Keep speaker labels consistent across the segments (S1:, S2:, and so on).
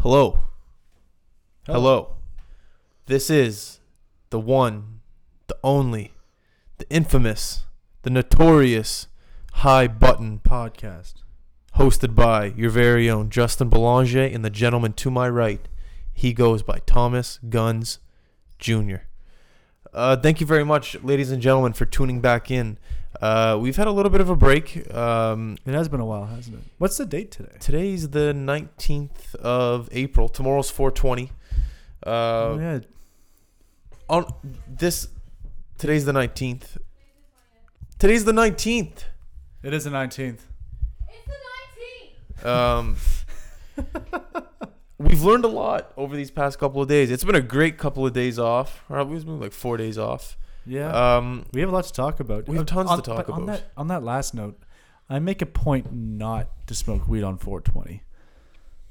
S1: Hello. Hello. This is the one, the only, the infamous, the notorious High Button
S2: Podcast.
S1: hosted by your very own Justin Belanger and the gentleman to my right. He goes by Thomas Guns Jr. Uh, thank you very much, ladies and gentlemen, for tuning back in. Uh, we've had a little bit of a break. Um,
S2: It has been a while, hasn't it? What's the date today?
S1: today's the 19th of April. Tomorrow's 420. Uh,
S2: oh, yeah.
S1: on this today's the 19th today's the 19th
S2: It is the 19th.
S3: It's the 19th.
S1: um we've learned a lot over these past couple of days it's been a great couple of days off or we've been like four days off
S2: Yeah.
S1: um
S2: we have a lot to talk about.
S1: we have
S2: Uh,
S1: tons to
S2: on-
S1: talk
S2: but On
S1: about.
S2: that, on that last note, I make a point not to smoke weed on 420.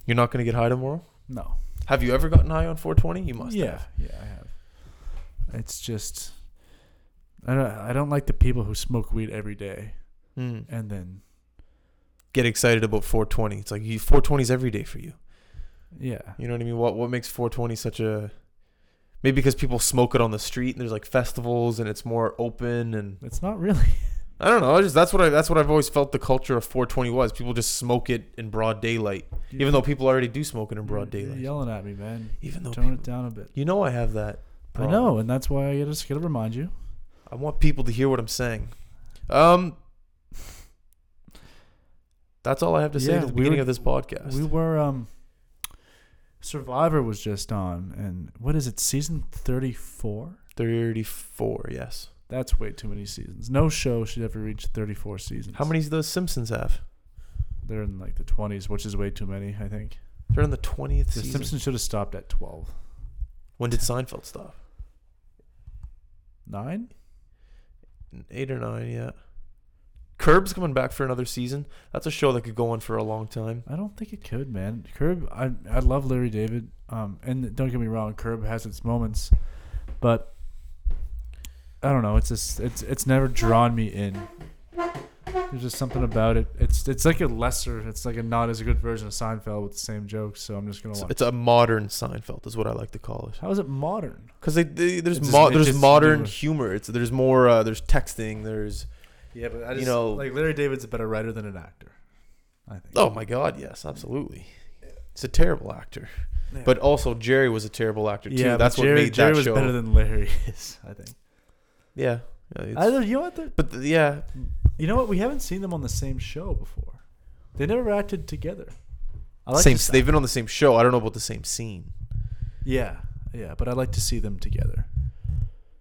S1: you're not going to get high tomorrow
S2: No.
S1: have you ever gotten high on 420 you must
S2: yeah.
S1: have
S2: Yeah, I have. It's just. I don't, I don't like the people who smoke weed every day
S1: Hmm.
S2: and then.
S1: get excited about 420 it's like you 420s every day for you
S2: Yeah.
S1: you know what i mean what what makes 420 such a maybe because people smoke it on the street and there's like festivals and it's more open and
S2: It's not really.
S1: I don't know. I just that's what I that's what I've always felt the culture of 420 was. People just smoke it in broad daylight, even though people already do smoke it in broad
S2: You're- you're
S1: daylight.
S2: Yelling at me, man.
S1: Even though
S2: Tone
S1: people,
S2: it down a bit.
S1: you know I have that.
S2: I
S1: problem.
S2: know, and that's why I just gotta remind you.
S1: I want people to hear what I'm saying. Um, that's all I have to say
S2: Yeah,
S1: at the
S2: we
S1: beginning
S2: were-
S1: of this podcast.
S2: We were um Survivor was just on and what is it, season thirty four?
S1: 34. Yes.
S2: That's way too many seasons. No show should ever reach thirty four seasons.
S1: How many does the Simpsons have?
S2: They're in like the twenties, which is way too many, I think.
S1: They're in the 20th
S2: The
S1: season.
S2: Simpsons should have stopped at twelve.
S1: When did Seinfeld stop?
S2: Nine?
S1: Eight or nine? Yeah. Curb's coming back for another season. That's a show that could go on for a long time.
S2: I don't think it could, man. Curb I I love Larry David. Um and don't get me wrong, Curb has its moments, but I don't know, it's just it's it's never drawn me in. There's just something about it. It's it's like a lesser, it's like a not as good version of Seinfeld with the same jokes, so I'm just gonna
S1: It's,
S2: watch
S1: it's a modern Seinfeld, is what I like to call it.
S2: How is it modern?
S1: Because they, they, there's
S2: It's
S1: mo-
S2: just- it's
S1: there's
S2: just
S1: modern
S2: humor.
S1: humor. It's there's more uh, there's texting. There's
S2: Yeah, but I
S1: You just- know- like,
S2: like Larry David's a better writer than an actor. I think.
S1: oh my god, yes, absolutely. It's a terrible actor, but also Jerry was a terrible actor too. That's what
S2: Jerry,
S1: made
S2: Jerry
S1: that
S2: was
S1: show.
S2: better than Larry is, I think.
S1: yeah, yeah, it's-
S2: I, don't- you know what? the-
S1: but th- yeah,
S2: You know what? We haven't seen them on the same show before. They never acted together. I
S1: same.
S2: to s-
S1: They've been on the same show. I don't know about the same scene.
S2: Yeah, yeah, but I'd like to see them together.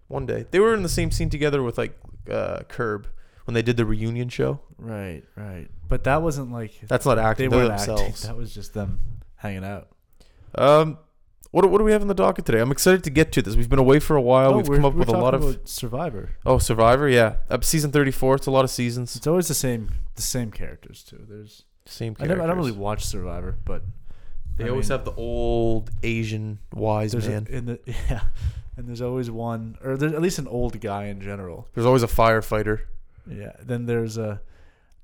S1: One day they were in the same scene together with like uh, Curb when they did the reunion show.
S2: Right, right. But that wasn't like
S1: That's not
S2: they
S1: acting. They
S2: weren't
S1: themselves.
S2: acting. That was just them hanging out.
S1: Um, what what do we have in the docket today? I'm excited to get to this. We've been away for a while.
S2: No,
S1: Oh, We've
S2: we're-
S1: come up
S2: we're
S1: with a lot
S2: talking
S1: of
S2: about Survivor.
S1: Oh, Survivor, yeah. Up season 34, it's a lot of seasons.
S2: It's always the same, the same characters too. There's
S1: Same
S2: I,
S1: characters.
S2: never, I don't really watch Survivor, but
S1: They
S2: I
S1: always
S2: mean,
S1: have the old Asian wise
S2: there's a-
S1: man.
S2: in the yeah, and there's always one or there's at least an old guy in general.
S1: There's always a firefighter.
S2: Yeah. Then there's a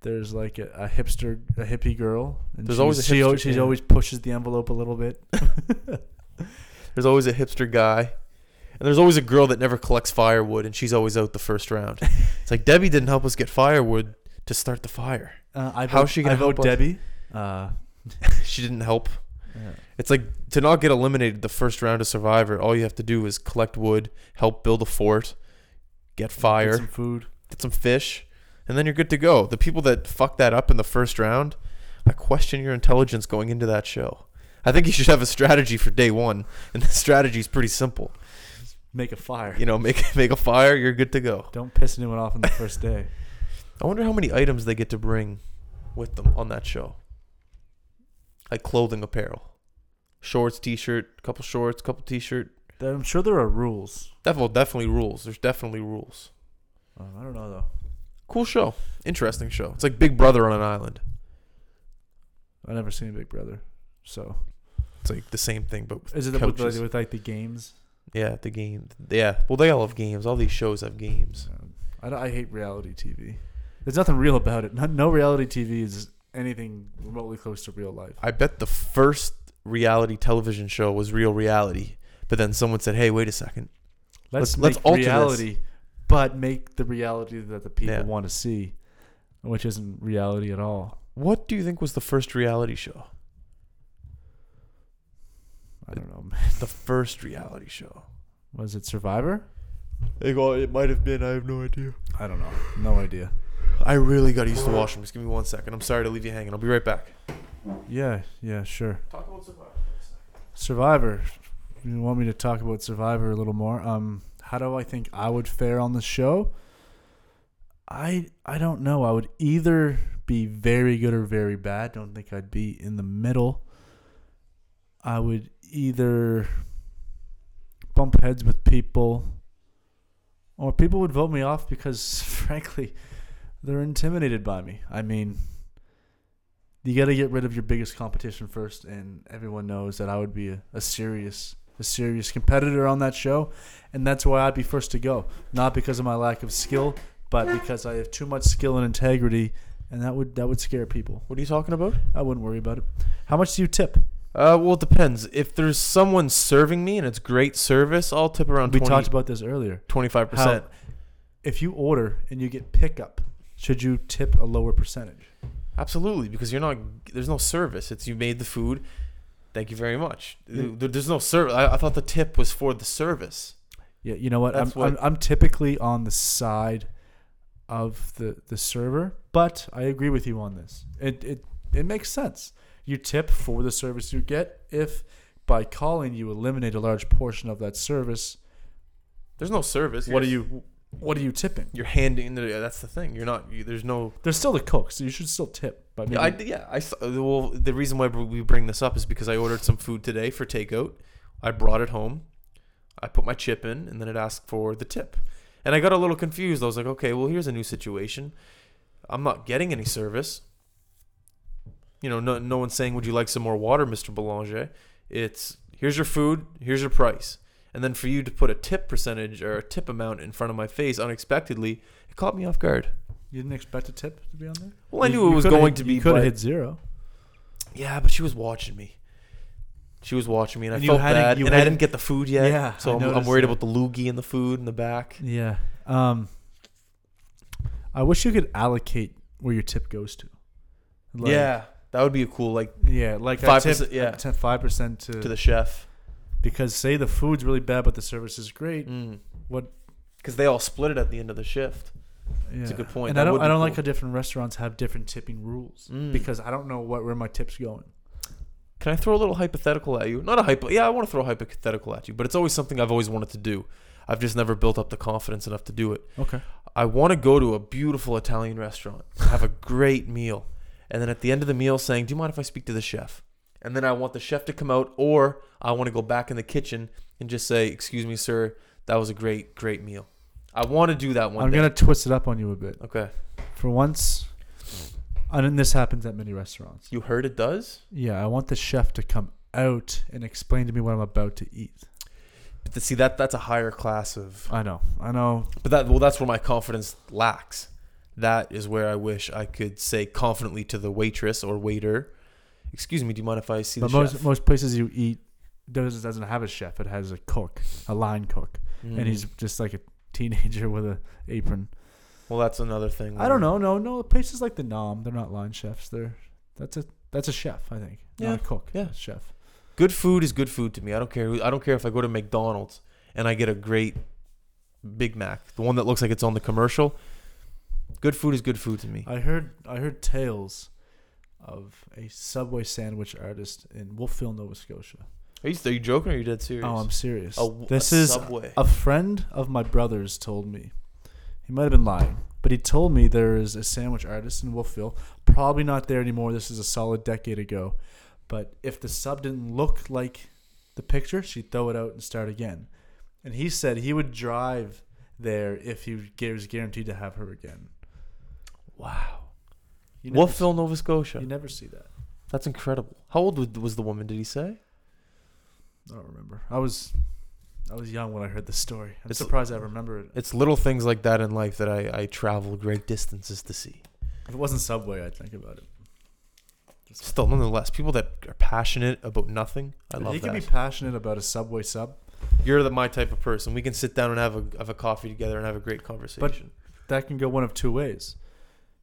S2: there's like a, a hipster a hippie girl. And
S1: There's
S2: she's-
S1: always a
S2: she always
S1: hipster,
S2: she
S1: yeah.
S2: always pushes the envelope a little bit.
S1: There's always a hipster guy. And there's always a girl that never collects firewood and she's always out the first round. it's like Debbie didn't help us get firewood to start the fire.
S2: Uh, I
S1: How's
S2: vote-
S1: she gonna
S2: I vote
S1: help us?
S2: Debbie? Uh,
S1: she didn't help.
S2: yeah.
S1: It's like to not get eliminated the first round of Survivor, all you have to do is collect wood, help build a fort, get fire.
S2: Get some food.
S1: get some fish, and then you're good to go. The people that fuck that up in the first round, I question your intelligence going into that show. I think you should have a strategy for day one, and the strategy's pretty simple.
S2: Make a fire.
S1: You know, make make a fire, you're good to go.
S2: Don't piss anyone off on the first day.
S1: I wonder how many items they get to bring with them on that show. Like clothing apparel. Shorts, t shirt, couple shorts, couple t shirt.
S2: There- I'm sure there are rules.
S1: Definitely definitely rules. There's definitely rules.
S2: Um, I don't know though.
S1: Cool show. Interesting show. It's like Big Brother on an island.
S2: I've never seen Big Brother. So
S1: It's like the same thing but with
S2: is it with,
S1: couches.
S2: like, with like the games?
S1: Yeah, the game. Yeah, well, they all have games. All these shows have games.
S2: Um, I, don't- I hate reality TV. There's nothing real about it. No, no reality TV is anything remotely close to real life.
S1: I bet the first reality television show was real reality, but then someone said, "Hey, wait a second,
S2: Let's
S1: Let's- let's
S2: make
S1: alter this.
S2: reality, but make the reality that the people
S1: Yeah.
S2: want to see, which isn't reality at all.
S1: what do you think was the first reality show?
S2: I don't know.
S1: The first reality show?
S2: Was it Survivor?
S1: They go, it might have been. I have no idea.
S2: I don't know. No idea.
S1: I really got used to washroom. Just give me one second. I'm sorry to leave you hanging. I'll be right back.
S2: Yeah, yeah, sure.
S1: Talk about Survivor.
S2: Survivor. You want me to talk about Survivor a little more? Um, how do I think I would fare on the show? I I don't know. I would either be very good or very bad. Don't think I'd be in the middle. I would either bump heads with people, or people would vote me off because, frankly, they're intimidated by me. I mean, you got to get rid of your biggest competition first, and everyone knows that I would be a, a serious, a serious competitor on that show, and that's why I'd be first to go. Not because of my lack of skill, but because I have too much skill and integrity, and that would that would scare people.
S1: What are you talking about?
S2: I wouldn't worry about it. How much do you tip?
S1: Uh, well, it depends. If there's someone serving me and it's great service, I'll tip around
S2: We
S1: 20,
S2: talked about this earlier.
S1: 25%.
S2: How, if you order and you get pickup, should you tip a lower percentage?
S1: Absolutely, because you're not. There's no service. It's you made the food. Thank you very much.
S2: Yeah.
S1: There- There's no service. I, I thought the tip was for the service.
S2: Yeah, you know what? I'm,
S1: That's what-
S2: I'm I'm typically on the side of the the server, but I agree with you on this. It it it makes sense. You tip for the service you get. If by calling you eliminate a large portion of that service,
S1: There's no service.
S2: what are
S1: You're just-
S2: you what are you tipping?
S1: You're handing. the- That's the thing. You're not. You, there's no.
S2: There's still the cook, so you should still tip. But maybe,
S1: Yeah, I, yeah, I s- uh, well, the reason why we bring this up is because I ordered some food today for takeout. I brought it home. I put my chip in, and then it asked for the tip. And I got a little confused. I was like, okay, well, here's a new situation. I'm not getting any service. You know, no, no one's saying, would you like some more water, Mr. Boulanger? It's here's your food, here's your price. And then for you to put a tip percentage or a tip amount in front of my face unexpectedly, it caught me off guard.
S2: you didn't expect a tip to be on there.
S1: Well, I
S2: You-
S1: knew
S2: you
S1: it was
S2: coulda
S1: going
S2: hit-
S1: to be.
S2: You could
S1: but-
S2: have hit zero.
S1: yeah, but she was watching me. She was watching me, and,
S2: And
S1: I
S2: you
S1: felt
S2: hadn't-
S1: bad.
S2: you
S1: And I
S2: hadn't-
S1: didn't get the food yet.
S2: Yeah, I
S1: so I'm, I'm
S2: noticed
S1: worried
S2: that.
S1: about the loogie and the food in the back.
S2: Yeah. Um, I wish you could allocate where your tip goes to. Like-
S1: yeah, that would be a cool like
S2: Yeah, like
S1: Five
S2: I
S1: percent-
S2: tip,
S1: yeah.
S2: five percent to,
S1: to the chef
S2: because say the food's really bad, but the service is great.
S1: because
S2: What?
S1: they all split it at the end of the shift.
S2: Yeah.
S1: a good point.
S2: And
S1: That
S2: I don't,
S1: would be
S2: I don't
S1: cool.
S2: like how different restaurants have different tipping rules
S1: Mm.
S2: because I don't know what where my tips going.
S1: Can I throw a little hypothetical at you? Not a hypo. Yeah, I want to throw a hypothetical at you, but it's always something I've always wanted to do. I've just never built up the confidence enough to do it.
S2: Okay.
S1: I want to go to a beautiful Italian restaurant, have a great meal, and then at the end of the meal saying, "Do you mind if I speak to the chef?" And then I want the chef to come out, or I want to go back in the kitchen and just say, "Excuse me, sir, that was a great, great meal." I want to do that one.
S2: I'm
S1: day.
S2: gonna twist it up on you a bit.
S1: Okay,
S2: For once, and then this happens at many restaurants.
S1: you heard it does.
S2: Yeah, I want the chef to come out and explain to me what I'm about to eat.
S1: But th- see that that's a higher class of.
S2: I know. I know.
S1: But that well, that's where my confidence lacks. That is where I wish I could say confidently to the waitress or waiter, "Excuse me, do you mind if I see the
S2: But most
S1: chef?"
S2: most places you eat does doesn't have a chef. It has a cook, a line cook.
S1: Mm.
S2: and he's just like a teenager with a apron.
S1: Mm-hmm. well, that's another thing.
S2: I
S1: where-
S2: don't know. No, no places like the Nom, they're not line chefs. They're that's a that's a chef, I think.
S1: Yeah,
S2: Not a cook.
S1: yeah.
S2: a chef.
S1: good food is good food to me. I don't care. who- I don't care if I go to McDonald's and I get a great Big Mac, the one that looks like it's on the commercial. Good food is good food to me.
S2: I heard I heard tales of a Subway sandwich artist in Wolfville, Nova Scotia.
S1: Are you, are you joking or are you dead serious?
S2: Oh, I'm serious.
S1: A-
S2: this
S1: a
S2: is
S1: Subway.
S2: a friend of my brother's told me. He might have been lying, but he told me there is a sandwich artist in Wolfville. Probably not there anymore. This is a solid decade ago. But if the sub didn't look like the picture, she'd throw it out and start again. And he said he would drive there if he was guaranteed to have her again.
S1: wow.
S2: You never,
S1: Wolfville, Nova
S2: You
S1: Scotia.
S2: never see that.
S1: That's incredible. How old was- was the woman? Did he say?
S2: I don't remember. I was, I was young when I heard this story. I'm
S1: It's-
S2: surprised I remember it.
S1: It's little things like that in life that I, I travel great distances to see.
S2: If it wasn't Subway, I'd think about it.
S1: Still, nonetheless, people that are passionate about nothing, I love
S2: he
S1: that.
S2: can be passionate about a Subway sub.
S1: You're the, my type of person. We can sit down and have a have a coffee together and have a great conversation.
S2: That can go one of two ways.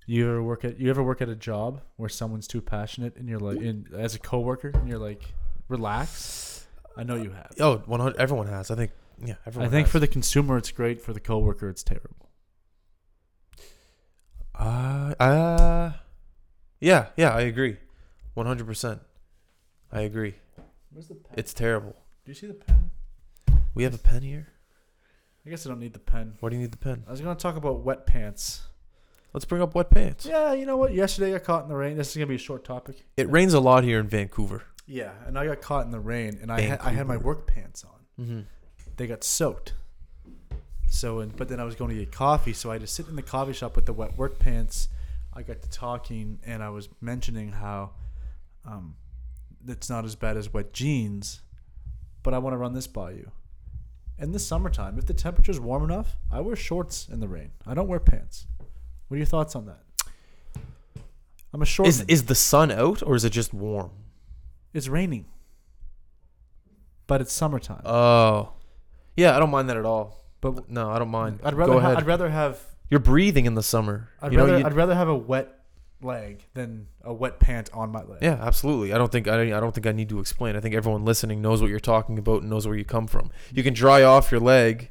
S2: You ever work at you ever work at a job where someone's too passionate and you're like in as a coworker and you're like relax. I know you have.
S1: oh, 100. Everyone has. I think. Yeah, everyone.
S2: I think
S1: has.
S2: for the consumer it's great, for the coworker it's terrible.
S1: Uh, uh, yeah, yeah, I agree. 100%. I agree.
S2: Where's the pen?
S1: It's terrible.
S2: do you see the pen?
S1: We have a pen here?
S2: I guess I don't need the pen.
S1: Why do you need the pen?
S2: I was gonna talk about wet pants.
S1: Let's bring up wet pants.
S2: Yeah, you know what? Yesterday I got caught in the rain. This is gonna be a short topic.
S1: It rains a lot here in Vancouver.
S2: Yeah, and I got caught in the rain, and I had, I had my
S1: Vancouver.
S2: work pants on.
S1: Mm-hmm.
S2: They got soaked. So, and but then I was going to get coffee, so I had to sit in the coffee shop with the wet work pants. I got to talking, and I was mentioning how um, it's not as bad as wet jeans, but I want to run this by you. In the summertime, if the temperature's warm enough, I wear shorts in the rain. I don't wear pants. What are your thoughts on that? I'm a short.
S1: Is, is the sun out or is it just warm?
S2: It's raining. But it's summertime.
S1: Oh. Yeah, I don't mind that at all.
S2: but
S1: No, I don't mind.
S2: I'd rather
S1: Go
S2: ha-
S1: ahead.
S2: I'd rather have
S1: You're breathing in the summer.
S2: I'd
S1: You know,
S2: rather
S1: you-
S2: I'd rather have a wet leg than a wet pant on my leg.
S1: yeah, absolutely. I don't think I, I don't think I need to explain. I think everyone listening knows what you're talking about and knows where you come from. You can dry off your leg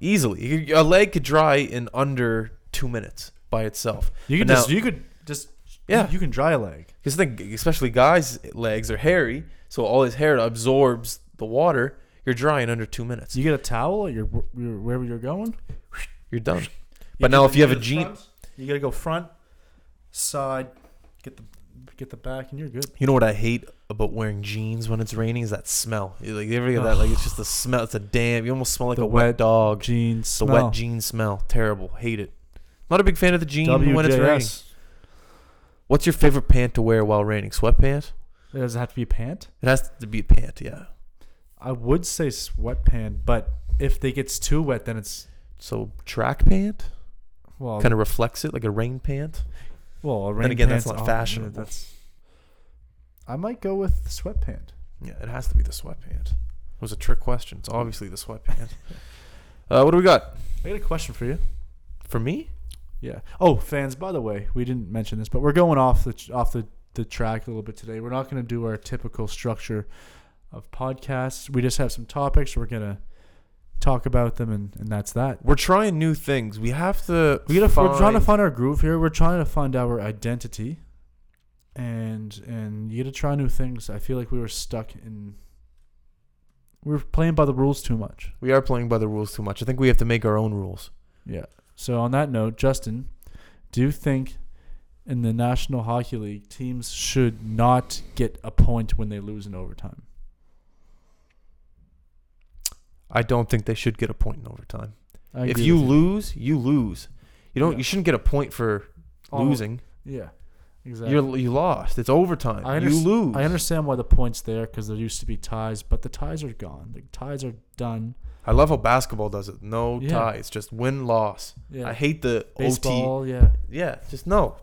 S1: easily. You- A leg could dry in under two minutes by itself.
S2: You could
S1: But
S2: just
S1: now-
S2: you could just
S1: Yeah.
S2: you can dry a leg.
S1: Because think, especially guys' legs are hairy, so all his hair absorbs the water. You're dry in under two minutes.
S2: You get a towel at your, your wherever you're going.
S1: You're done. But now, if you have a jean,
S2: you got to go front, side, get the get the back and you're good.
S1: you know what I hate about wearing jeans when it's raining is that smell. You, Like you ever get that? Like it's just the smell. It's a damn. You almost smell like
S2: The
S1: a wet,
S2: wet
S1: dog.
S2: Jeans
S1: The wet jean smell. Terrible. Hate it. Not a big fan of the jean when it's raining. What's your favorite pant to wear while raining? Sweatpants?
S2: Does it have to be a pant?
S1: It has to be a pant. Yeah.
S2: I would say sweat pant, but if it gets too wet, then it's
S1: So track pant
S2: well
S1: kind of reflects it like a rain pant.
S2: Well, a
S1: Then
S2: rain
S1: again, that's
S2: pant's
S1: not
S2: on-
S1: fashionable.
S2: That's. I might go with sweatpant.
S1: Yeah, it has to be the sweatpant. It was a trick question. It's obviously the sweatpant. uh, what do we got?
S2: I got a question for you.
S1: For me?
S2: Yeah. Oh, fans. By the way, we didn't mention this, but we're going off the off the, the track a little bit today. We're not going to do our typical structure of podcasts. We just have some topics. We're gonna talk about them, and, and that's that.
S1: We're trying new things. We have to.
S2: We gotta, We're trying to find our groove here. We're trying to find our identity, and and you gotta try new things. I feel like we were stuck in. We were playing by the rules too much.
S1: We are playing by the rules too much. I think we have to make our own rules.
S2: Yeah. So on that note, Justin, do you think in the National Hockey League teams should not get a point when they lose in overtime?
S1: I don't think they should get a point in overtime.
S2: I
S1: If
S2: agree
S1: you
S2: with
S1: lose, you lose. You don't.
S2: Yeah.
S1: You shouldn't get a point for
S2: All-
S1: losing.
S2: yeah, exactly.
S1: You're you lost. It's overtime.
S2: I
S1: you
S2: underst-
S1: lose.
S2: I understand why the points there because there used to be ties, but the ties are gone. The ties are done.
S1: I love how basketball does it. No
S2: Yeah.
S1: tie. It's just win loss.
S2: Yeah.
S1: I hate the
S2: Baseball, yeah.
S1: OT. Yeah. Just no.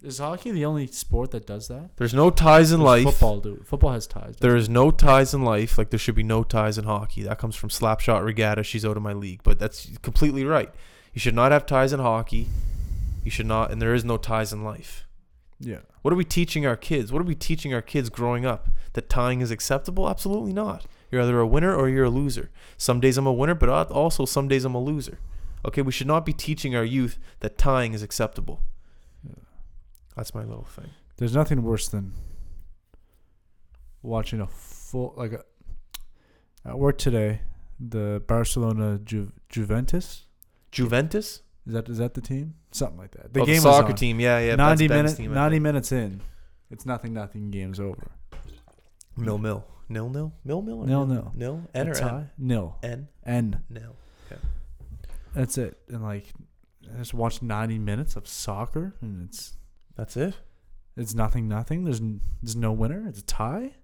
S2: Is hockey the only sport that does that?
S1: There's no ties in
S2: Does
S1: life.
S2: Football do. Football has ties.
S1: There is no ties in life, like there should be no ties in hockey. That comes from Slapshot Regatta. She's out of my league, but that's completely right. You should not have ties in hockey. You should not, and there is no ties in life.
S2: yeah.
S1: What are we teaching our kids? What are we teaching our kids growing up? That tying is acceptable? Absolutely not. You're either a winner or you're a loser. Some days I'm a winner, but al- also some days I'm a loser. Okay, we should not be teaching our youth that tying is acceptable.
S2: Yeah.
S1: That's my little thing.
S2: There's nothing worse than watching a full like a, at work today. The Barcelona Ju- Juventus
S1: Juventus?
S2: is that is that the team? Something like that. The
S1: Oh,
S2: game
S1: soccer
S2: was on.
S1: team. Yeah, yeah. that's
S2: ninety
S1: Ben's
S2: minutes.
S1: team, I
S2: Ninety minutes in, it's nothing. Nothing. Game's over.
S1: Mill mill. Nil nil. Mill mill. or
S2: Nil, nil.
S1: Nil. N
S2: A
S1: or
S2: tie?
S1: M?
S2: Nil.
S1: N.
S2: N.
S1: Nil.
S2: That's it. And like, I just watched ninety minutes of soccer, and it's
S1: That's it.
S2: it's nothing. Nothing. There's n- there's no winner. It's a tie.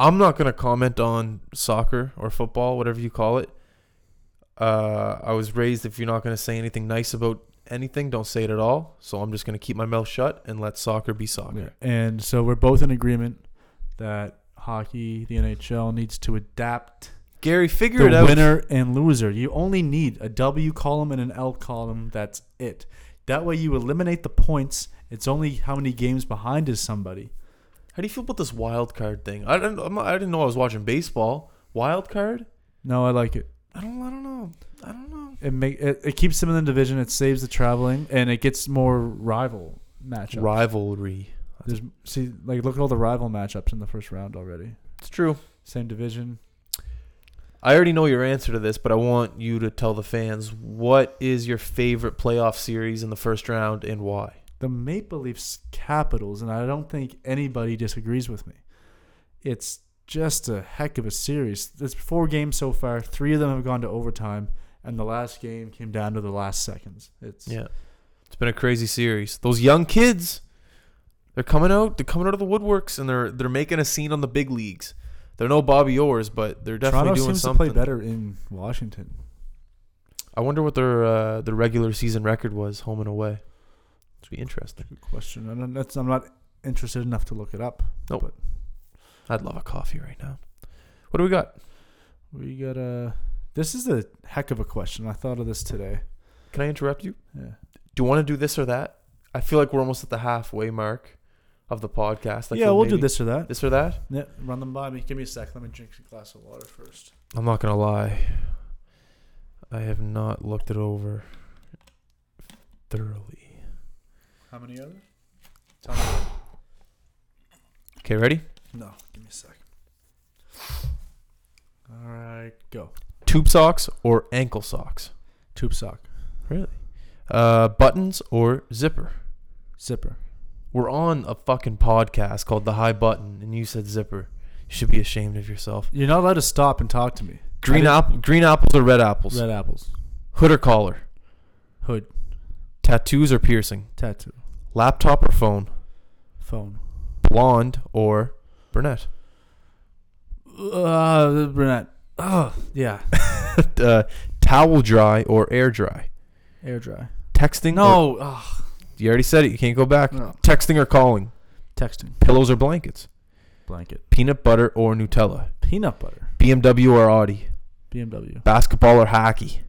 S1: I'm not gonna comment on soccer or football, whatever you call it. Uh, I was raised if you're not gonna say anything nice about anything. Don't say it at all. So I'm just gonna keep my mouth shut and let soccer be soccer.
S2: And so we're both in agreement that hockey, the NHL, needs to adapt
S1: Gary, figure it
S2: the
S1: out.
S2: winner and loser. You only need a W column and an L column. That's it. That way you eliminate the points. It's only how many games behind is somebody.
S1: How do you feel about this wild card thing? I didn't. I'm not, I didn't know I was watching baseball. Wild card?
S2: No, I like it.
S1: I don't. I don't know. I don't know.
S2: It make it, it keeps them in the division. It saves the traveling, and it gets more rival matchups.
S1: Rivalry.
S2: There's, see, like look at all the rival matchups in the first round already.
S1: It's true.
S2: Same division.
S1: I already know your answer to this, but I want you to tell the fans what is your favorite playoff series in the first round and why.
S2: the Maple Leafs Capitals, and I don't think anybody disagrees with me. It's just a heck of a series. There's four games so far. Three of them have gone to overtime, and the last game came down to the last seconds. It's
S1: Yeah. It's been a crazy series. Those young kids, they're coming out. They're coming out of the woodworks, and they're they're making a scene on the big leagues. They're no Bobby Orr's, but they're definitely
S2: Toronto
S1: doing
S2: seems
S1: something.
S2: to play better in Washington.
S1: I wonder what their uh, their regular season record was, home and away. It'd be interesting.
S2: Good question. I don't, that's, I'm not interested enough to look it up.
S1: Nope. I'd love a coffee right now. What do we got?
S2: We got a. This is a heck of a question. I thought of this today.
S1: Can I interrupt you?
S2: Yeah.
S1: Do you want to do this or that? I feel like we're almost at the halfway mark of the podcast. I
S2: yeah,
S1: feel
S2: we'll do
S1: maybe
S2: this or that.
S1: This or that?
S2: Yeah, run them by me. Give me a sec. Let me drink a glass of water first.
S1: I'm not gonna lie. I have not looked it over thoroughly.
S2: How many are there? Tell me.
S1: Okay, ready?
S2: No, give me a sec. All right, go.
S1: Tube socks or ankle socks?
S2: Tube sock,
S1: Really? Uh, buttons or zipper?
S2: zipper.
S1: We're on a fucking podcast called The High Button, and you said zipper. You should be ashamed of yourself.
S2: You're not allowed to stop and talk to me.
S1: Green
S2: I
S1: apple, green apples or red apples?
S2: didn't- Red apples.
S1: Hood or collar?
S2: Hood.
S1: Tattoos or piercing?
S2: Tattoo.
S1: Laptop or phone?
S2: Phone.
S1: Blonde or brunette?
S2: Uh, the brunette. Oh, yeah.
S1: uh, towel dry or air dry?
S2: Air dry.
S1: Texting? or-
S2: No. ugh,
S1: you already said it. You can't go back.
S2: no.
S1: Texting or calling?
S2: Texting.
S1: Pillows or blankets?
S2: Blanket.
S1: Peanut butter or Nutella?
S2: Peanut butter.
S1: BMW or Audi?
S2: BMW.
S1: Basketball or hockey?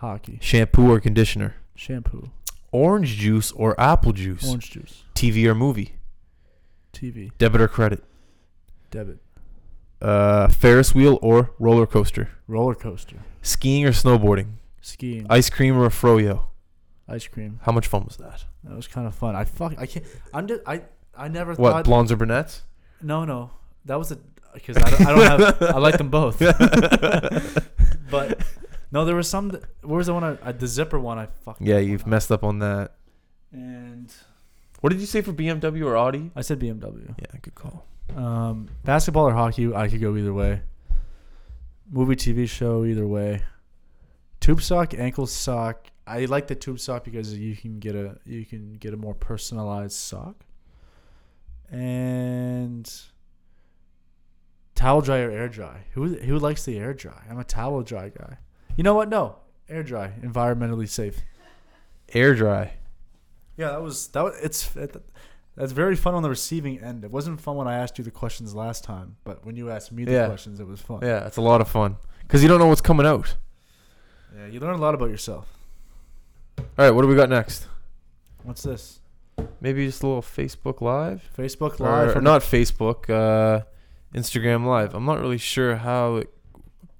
S2: Hockey.
S1: Shampoo or conditioner?
S2: Shampoo.
S1: Orange juice or apple juice?
S2: Orange juice.
S1: TV or movie?
S2: TV.
S1: Debit or credit?
S2: Debit.
S1: Uh, Ferris wheel or roller coaster?
S2: Roller coaster.
S1: Skiing or snowboarding?
S2: Skiing.
S1: Ice cream or a froyo?
S2: Ice cream.
S1: How much fun was that?
S2: That was kind of fun. I fuck. I can't. I'm just. I. I never
S1: What,
S2: thought.
S1: blondes or brunettes?
S2: No, no, that was a because I don't, I don't have. I like them both, but no, there was some. th- Where was the one? I, I, the zipper one. I fucked.
S1: yeah,
S2: that
S1: you've
S2: one up.
S1: messed up on that.
S2: And
S1: What did you say for BMW or Audi?
S2: I said BMW.
S1: Yeah, good call.
S2: Um, basketball or hockey, I could go either way. Movie, TV show, either way. Tube sock, ankle sock. I like the tube sock because you can get a you can get a more personalized sock. And towel dry or air dry? Who who likes the air dry? I'm a towel dry guy. You know what? No, air dry, environmentally safe.
S1: Air dry.
S2: Yeah, that was that. Was, it's that- that's very fun on the receiving end. It wasn't fun when I asked you the questions last time, but when you asked me the
S1: Yeah.
S2: questions, it was fun.
S1: Yeah, it's a lot of fun because you don't know what's coming out.
S2: Yeah, you learn a lot about yourself.
S1: All right, what do we got next?
S2: What's this?
S1: Maybe just a little Facebook Live,
S2: Facebook
S1: Live
S2: Live
S1: or, not Facebook, uh, Instagram Live. I'm not really sure how it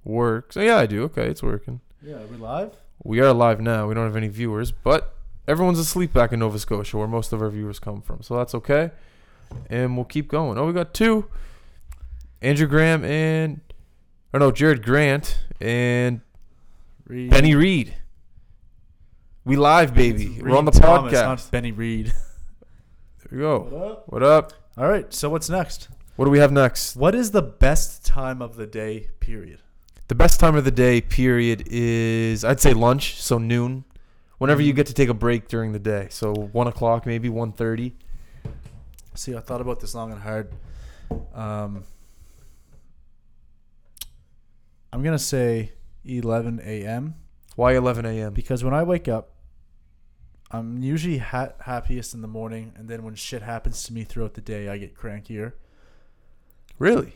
S1: works. Oh, yeah, I do. Okay, it's working.
S2: Yeah, are we live?
S1: We are live now. We don't have any viewers, but everyone's asleep back in Nova Scotia, where most of our viewers come from. So that's okay, and we'll keep going. Oh, we got two. Andrew Graham and, or no, Jared Grant and
S2: Reed.
S1: Benny Reed. We live, baby.
S2: It's
S1: We're on the
S2: Reed Thomas,
S1: podcast.
S2: not Benny Reed.
S1: there we go. What up?
S2: All right. So what's next?
S1: What do we have next?
S2: What is the best time of the day? Period.
S1: The best time of the day period is I'd say lunch, so noon. Whenever
S2: Mm-hmm.
S1: you get to take a break during the day, so one o'clock, maybe one thirty.
S2: See, I thought about this long and hard. Um, I'm gonna say 11 a.m.
S1: Why eleven a.m.?
S2: because when I wake up, I'm usually ha- happiest in the morning, and then when shit happens to me throughout the day, I get crankier.
S1: Really?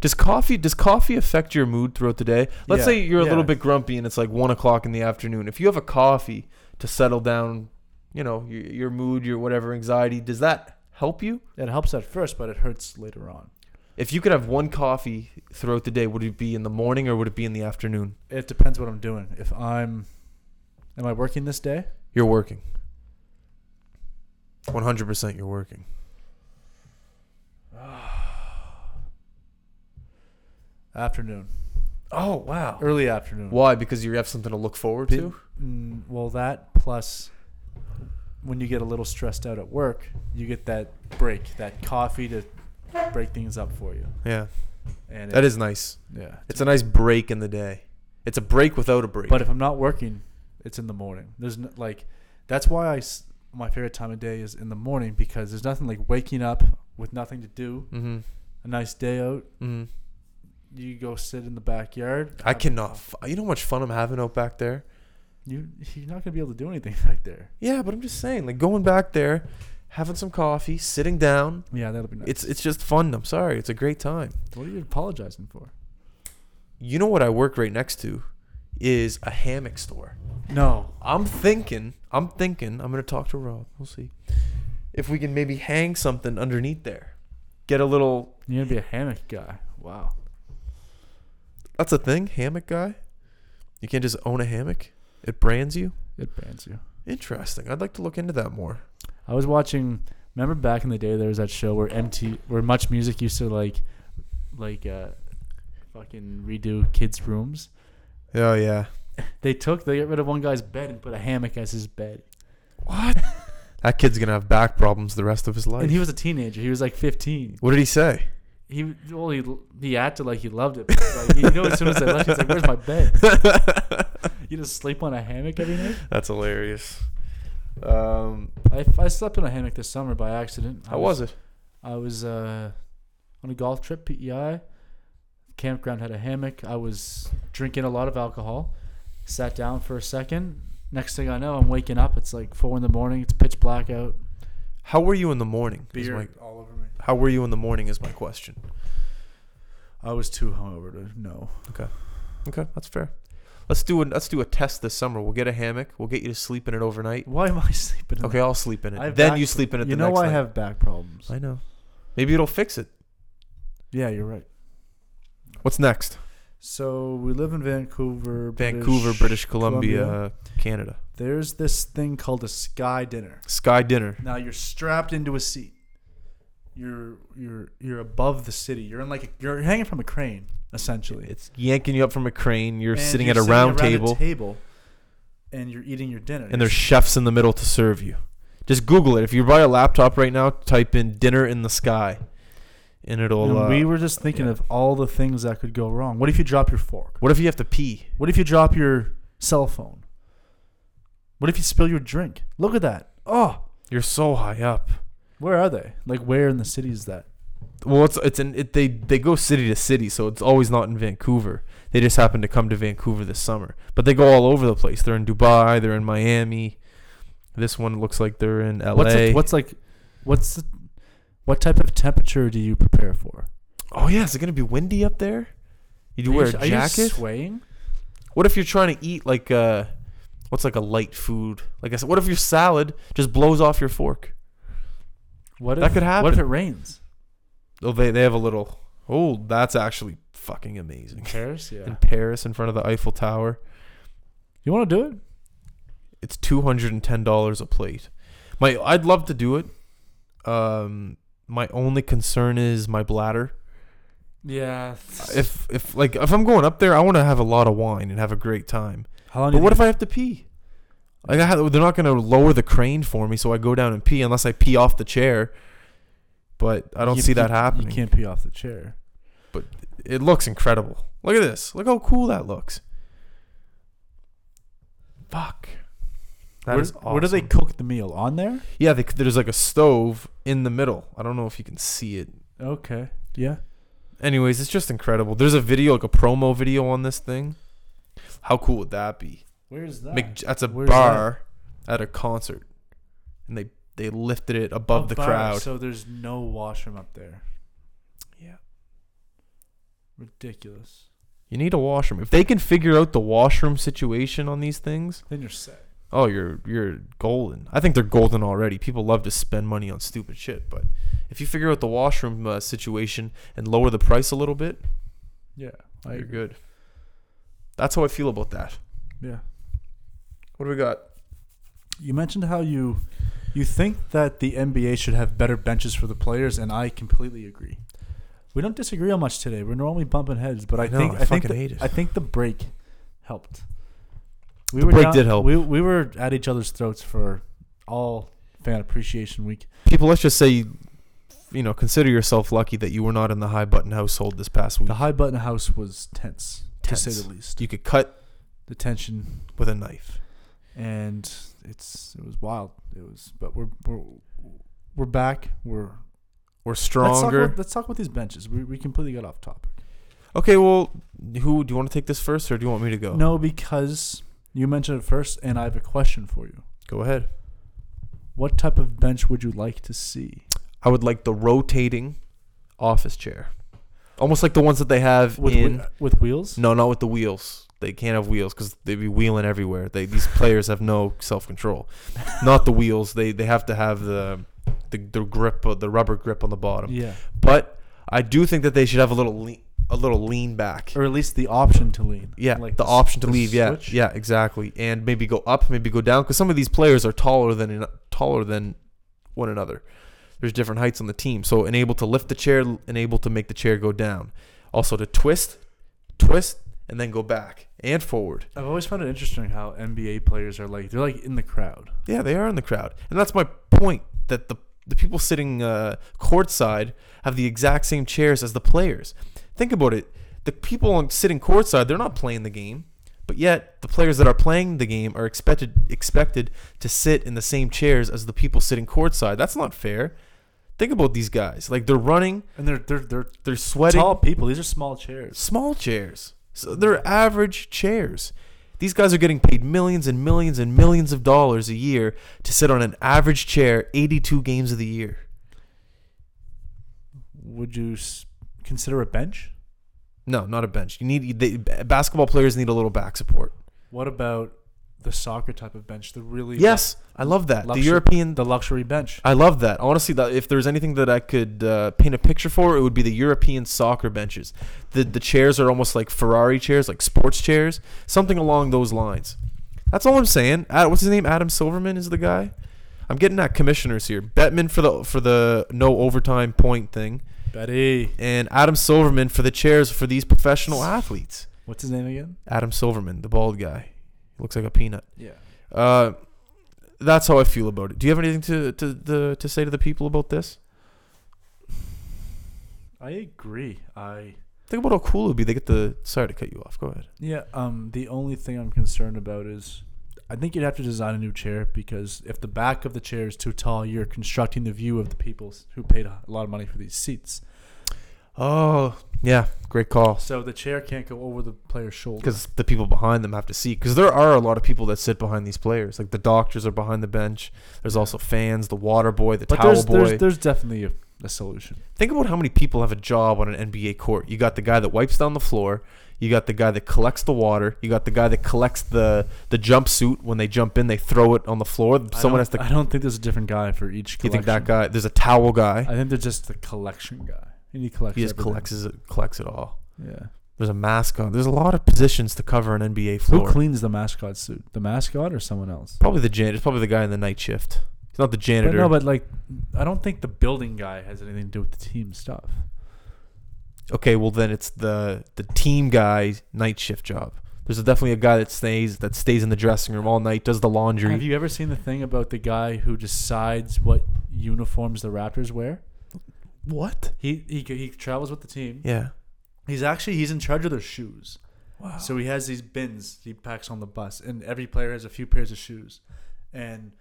S1: Does coffee does coffee affect your mood throughout the day? Let's
S2: Yeah,
S1: say you're a
S2: yeah.
S1: little bit grumpy and it's like one o'clock in the afternoon. If you have a coffee to settle down, you know your, your mood, your whatever anxiety, does that help you?
S2: It helps at first, but it hurts later on.
S1: If you could have one coffee throughout the day, would it be in the morning or would it be in the afternoon?
S2: It depends what I'm doing. If I'm, am I working this day?
S1: You're working. One hundred percent, you're working.
S2: Afternoon,
S1: Oh wow.
S2: early afternoon.
S1: Why? Because you have something to look forward
S2: Bit-
S1: to.
S2: Mm, well, that plus when you get a little stressed out at work, you get that break, that coffee to break things up for you.
S1: Yeah,
S2: And
S1: that
S2: it-
S1: is nice.
S2: yeah.
S1: It's a nice break in the day. It's a break without a break.
S2: But if I'm not working, it's in the morning. There's no, like, that's why I s- my favorite time of day is in the morning because there's nothing like waking up with nothing to do,
S1: mm-hmm.
S2: a nice day out.
S1: Mm-hmm.
S2: You go sit in the backyard. Um,
S1: I
S2: have a
S1: cannot.
S2: coffee.
S1: F- you know how much fun I'm having out back there.
S2: You you're not gonna be able to do anything back there.
S1: Yeah, but I'm just saying, like going back there, having some coffee, sitting down.
S2: Yeah, that'll be nice.
S1: It's it's just fun. I'm sorry, it's a great time.
S2: what are you apologizing for?
S1: You know what I work right next to is a hammock store.
S2: No.
S1: I'm thinking, I'm thinking, I'm gonna talk to Rob. We'll see if we can maybe hang something underneath there. Get a little.
S2: You're gonna be a hammock guy. Wow.
S1: That's a thing, hammock guy. You can't just own a hammock. It brands you.
S2: It bans you.
S1: Interesting. I'd like to look into that more.
S2: I was watching. Remember back in the day, there was that show where MT, where Much Music used to like, like, uh, fucking redo kids' rooms.
S1: Oh yeah.
S2: They took they got rid of one guy's bed and put a hammock as his bed.
S1: What? that kid's gonna have back problems the rest of his life.
S2: And he was a teenager. He was like 15.
S1: what did he say?
S2: He well he he acted like he loved it. But like, you know, as soon as they left, he's like, "Where's my bed? You just sleep on a hammock every night."
S1: That's hilarious. Um,
S2: I, I slept on a hammock this summer by accident.
S1: how was it?
S2: I was uh, on a golf trip, PEI. Campground had a hammock. I was drinking a lot of alcohol. Sat down for a second. Next thing I know, I'm waking up. It's like four in the morning. It's pitch black out.
S1: How were you in the morning? is my-
S2: all over me.
S1: how were you in the morning is my question.
S2: I was too hungover to know.
S1: Okay, that's fair. Let's do a let's do a test this summer. We'll get a hammock. We'll get you to sleep in it overnight.
S2: Why am I sleeping? in
S1: Okay,
S2: that?
S1: I'll sleep in it.
S2: I have
S1: then
S2: back-
S1: you sleep in it.
S2: you
S1: the
S2: know
S1: next
S2: I
S1: night.
S2: have back problems.
S1: I know. Maybe it'll fix it.
S2: yeah, you're right.
S1: What's next?
S2: So we live in Vancouver,
S1: Vancouver, British Columbia, Canada.
S2: There's this thing called a sky dinner.
S1: Sky dinner.
S2: Now you're strapped into a seat. You're you're you're above the city. You're in like a, you're hanging from a crane essentially.
S1: It's yanking you up from a crane. You're
S2: And
S1: sitting at a round
S2: around
S1: table.
S2: table, and you're eating your dinner.
S1: and there's chefs in the middle to serve you. Just Google it. If you're by a laptop right now, type in "dinner in the sky," and it'll.
S2: And
S1: uh,
S2: we were just thinking
S1: yeah.
S2: of all the things that could go wrong. What if you drop your fork?
S1: what if you have to pee?
S2: What if you drop your cell phone? What if you spill your drink? Look at that. Oh,
S1: You're so high up.
S2: where are they? Like where in the city is that?
S1: Well, it's it's an it, they they go city to city, so it's always not in Vancouver. They just happen to come to Vancouver this summer, but they go all over the place. They're in Dubai. They're in Miami. This one looks like they're in LA.
S2: What's it, what's like what's the, what type of temperature do you prepare for?
S1: oh yeah, is it gonna be windy up there? You do
S2: Are
S1: wear
S2: you-
S1: a
S2: are you
S1: jacket.
S2: swaying?
S1: What if you're trying to eat like uh what's like a light food? Like I said, what if your salad just blows off your fork?
S2: What
S1: That
S2: if,
S1: could
S2: What if
S1: happen.
S2: it rains?
S1: Oh, they they have a little. Oh, that's actually fucking amazing.
S2: Paris,
S1: In
S2: yeah.
S1: Paris, in front of the Eiffel Tower,
S2: You want to do it?
S1: it's two hundred and ten dollars a plate. My, I'd love to do it. Um, my only concern is my bladder.
S2: Yeah.
S1: If if like if I'm going up there, I want to have a lot of wine and have a great time.
S2: how long?
S1: But what if I have to pee? Like I have, they're not going to lower the crane for me, so I go down and pee unless I pee off the chair. But I don't see that happening.
S2: You can't pee off the chair.
S1: It looks incredible. Look at this. Look how cool that looks. Fuck. That
S2: where,
S1: is awesome.
S2: where do they cook the meal on there?
S1: Yeah, they, there's like a stove in the middle. I don't know if you can see it.
S2: Okay. Yeah.
S1: Anyways, it's just incredible. There's a video, like a promo video on this thing. How cool would that be?
S2: Where is that?
S1: Mc, that's a
S2: Where's
S1: bar. at a concert, and they they lifted it above the
S2: Above,
S1: crowd.
S2: So there's no washroom up there.
S1: Yeah.
S2: Ridiculous.
S1: you need a washroom. If they can figure out the washroom situation on these things,
S2: Then you're set.
S1: oh, you're you're golden. I think they're golden already. People love to spend money on stupid shit, but if you figure out the washroom uh, situation and lower the price a little bit,
S2: Yeah. I
S1: you're
S2: agree.
S1: good. That's how I feel about that.
S2: Yeah.
S1: What do we got?
S2: You mentioned how you you think that the NBA should have better benches for the players, and I completely agree. We don't disagree on much today. We're normally bumping heads, but I,
S1: I know,
S2: think
S1: I
S2: I, think
S1: fucking
S2: the,
S1: hate it.
S2: I think the break helped. We
S1: The break
S2: down-
S1: did help.
S2: We we were at each other's throats for all fan appreciation week.
S1: People, let's just say, you know, consider yourself lucky that you were not in the high button household this past week.
S2: The high button house was tense, to
S1: Tense.
S2: say the least.
S1: You could cut
S2: the tension
S1: with a knife.
S2: and it's it was wild. It was, but we're we're we're back. We're
S1: We're
S2: Let's talk,
S1: stronger.
S2: about, let's talk about these benches. We, we completely got off topic.
S1: Okay, well, who do you want to take this first, or do you want me to go?
S2: No, because you mentioned it first, and I have a question for you.
S1: Go ahead.
S2: What type of bench would you like to see?
S1: I would like the rotating office chair, almost like the ones that they have
S2: With
S1: in.
S2: with, with wheels?
S1: no, not with the wheels. They can't have wheels because they'd be wheeling everywhere. They these players have no self control. not the wheels. They they have to have the the, the grip, uh, the rubber grip on the bottom.
S2: Yeah,
S1: But I do think that they should have a little lean, a little lean back.
S2: or at least the option to lean.
S1: Yeah,
S2: like
S1: the
S2: s-
S1: option to
S2: the
S1: leave. Yeah,
S2: switch.
S1: yeah, exactly. And maybe go up, maybe go down, because some of these players are taller than taller than one another. There's different heights on the team, so and able to lift the chair, and able to make the chair go down. Also to twist, twist, and then go back and forward.
S2: I've always found it interesting how NBA players are like they're like in the crowd.
S1: Yeah, they are in the crowd, and that's my point. That the the people sitting uh, courtside have the exact same chairs as the players. Think about it. The people on sitting courtside, they're not playing the game, but yet the players that are playing the game are expected expected to sit in the same chairs as the people sitting courtside. That's not fair. Think about these guys. Like they're running,
S2: And they're they're they're
S1: they're sweating.
S2: tall people. These are small chairs.
S1: Small chairs. So they're average chairs. These guys are getting paid millions and millions and millions of dollars a year to sit on an average chair 82 games of the year.
S2: Would you s- consider a bench?
S1: No, not a bench. You need they, basketball players need a little back support.
S2: What about the soccer type of bench? The really
S1: Yes, I love that. The
S2: Luxury-
S1: European
S2: the luxury bench.
S1: I love that. Honestly, that if there's anything that I could uh, paint a picture for, it would be the European soccer benches. The the chairs are almost like Ferrari chairs, like sports chairs, something along those lines. That's all I'm saying. Ad, what's his name? Adam Silverman is the guy. I'm getting at commissioners here. Bettman for the for the no overtime point thing,
S2: Betty,
S1: and Adam Silverman for the chairs for these professional athletes.
S2: what's his name again?
S1: Adam Silverman, the bald guy, looks like a peanut.
S2: Yeah.
S1: Uh, that's how I feel about it. Do you have anything to to to, to say to the people about this?
S2: I agree. I
S1: Think about how cool it would be. They get the. Sorry to cut you off. Go ahead.
S2: yeah. Um, the only thing I'm concerned about is, I think you'd have to design a new chair because if the back of the chair is too tall, you're constructing the view of the people who paid a lot of money for these seats.
S1: Oh yeah, great call.
S2: So the chair can't go over the player's shoulder.
S1: Because the people behind them have to see. Because there are a lot of people that sit behind these players. Like the doctors are behind the bench. There's also fans, the water boy, the
S2: But
S1: towel
S2: there's,
S1: boy.
S2: there's there's definitely a, a solution.
S1: Think about how many people have a job on an NBA court. You got the guy that wipes down the floor. You got the guy that collects the water. You got the guy that collects the the jumpsuit when they jump in. They throw it on the floor.
S2: I
S1: Someone
S2: don't-
S1: has to.
S2: I don't think there's a different guy for each.
S1: you
S2: Collection.
S1: think that guy? There's a towel guy.
S2: I think they're just the collection guy. And he collects.
S1: He just
S2: everything.
S1: collects it, collects it all.
S2: Yeah.
S1: There's a mascot. There's a lot of positions to cover an NBA
S2: Who
S1: floor.
S2: cleans the mascot suit? The mascot or someone else?
S1: probably the janitor. It's probably the guy in the night shift. It's not the
S2: But
S1: janitor.
S2: no, but like, I don't think the building guy has anything to do with the team stuff.
S1: okay, well then it's the the team guy's night shift job. There's definitely a guy that stays that stays in the dressing room all night, does the laundry.
S2: Have you ever seen the thing about the guy who decides what uniforms the Raptors wear?
S1: what?
S2: He he he travels with the team.
S1: Yeah.
S2: He's actually he's in charge of their shoes.
S1: Wow.
S2: So he has these bins he packs on the bus, and every player has a few pairs of shoes. And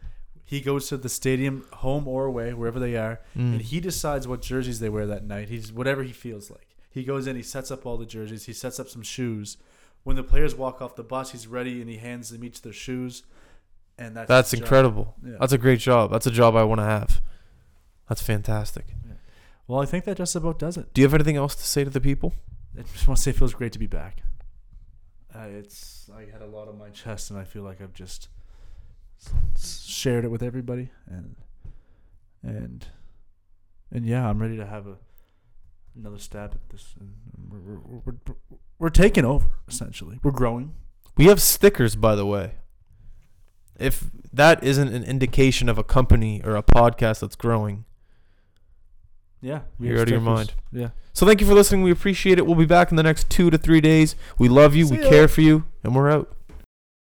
S2: he goes to the stadium, home or away, wherever they are,
S1: Mm.
S2: and he decides what jerseys they wear that night. He's whatever he feels like. He goes in, he sets up all the jerseys, he sets up some shoes. When the players walk off the bus, he's ready and he hands them each their shoes. and that's
S1: That's
S2: his job.
S1: incredible.
S2: Yeah.
S1: That's a great job. That's a job I want to have. That's fantastic.
S2: Well, I think that just about does it.
S1: Do you have anything else to say to the people?
S2: I just want to say it feels great to be back. Uh, it's I had a lot on my chest, and I feel like I've just s- s- shared it with everybody, and and and yeah, I'm ready to have a another stab at this. And we're we're, we're, we're, we're taking over essentially. We're growing.
S1: We have stickers, by the way. If that isn't an indication of a company or a podcast that's growing.
S2: Yeah,
S1: You're
S2: have
S1: out of your
S2: stickers. Yeah.
S1: So thank you for listening. We appreciate it. We'll be back in the next two to three days. We love you.
S2: See
S1: we
S2: ya.
S1: care for you. And we're out.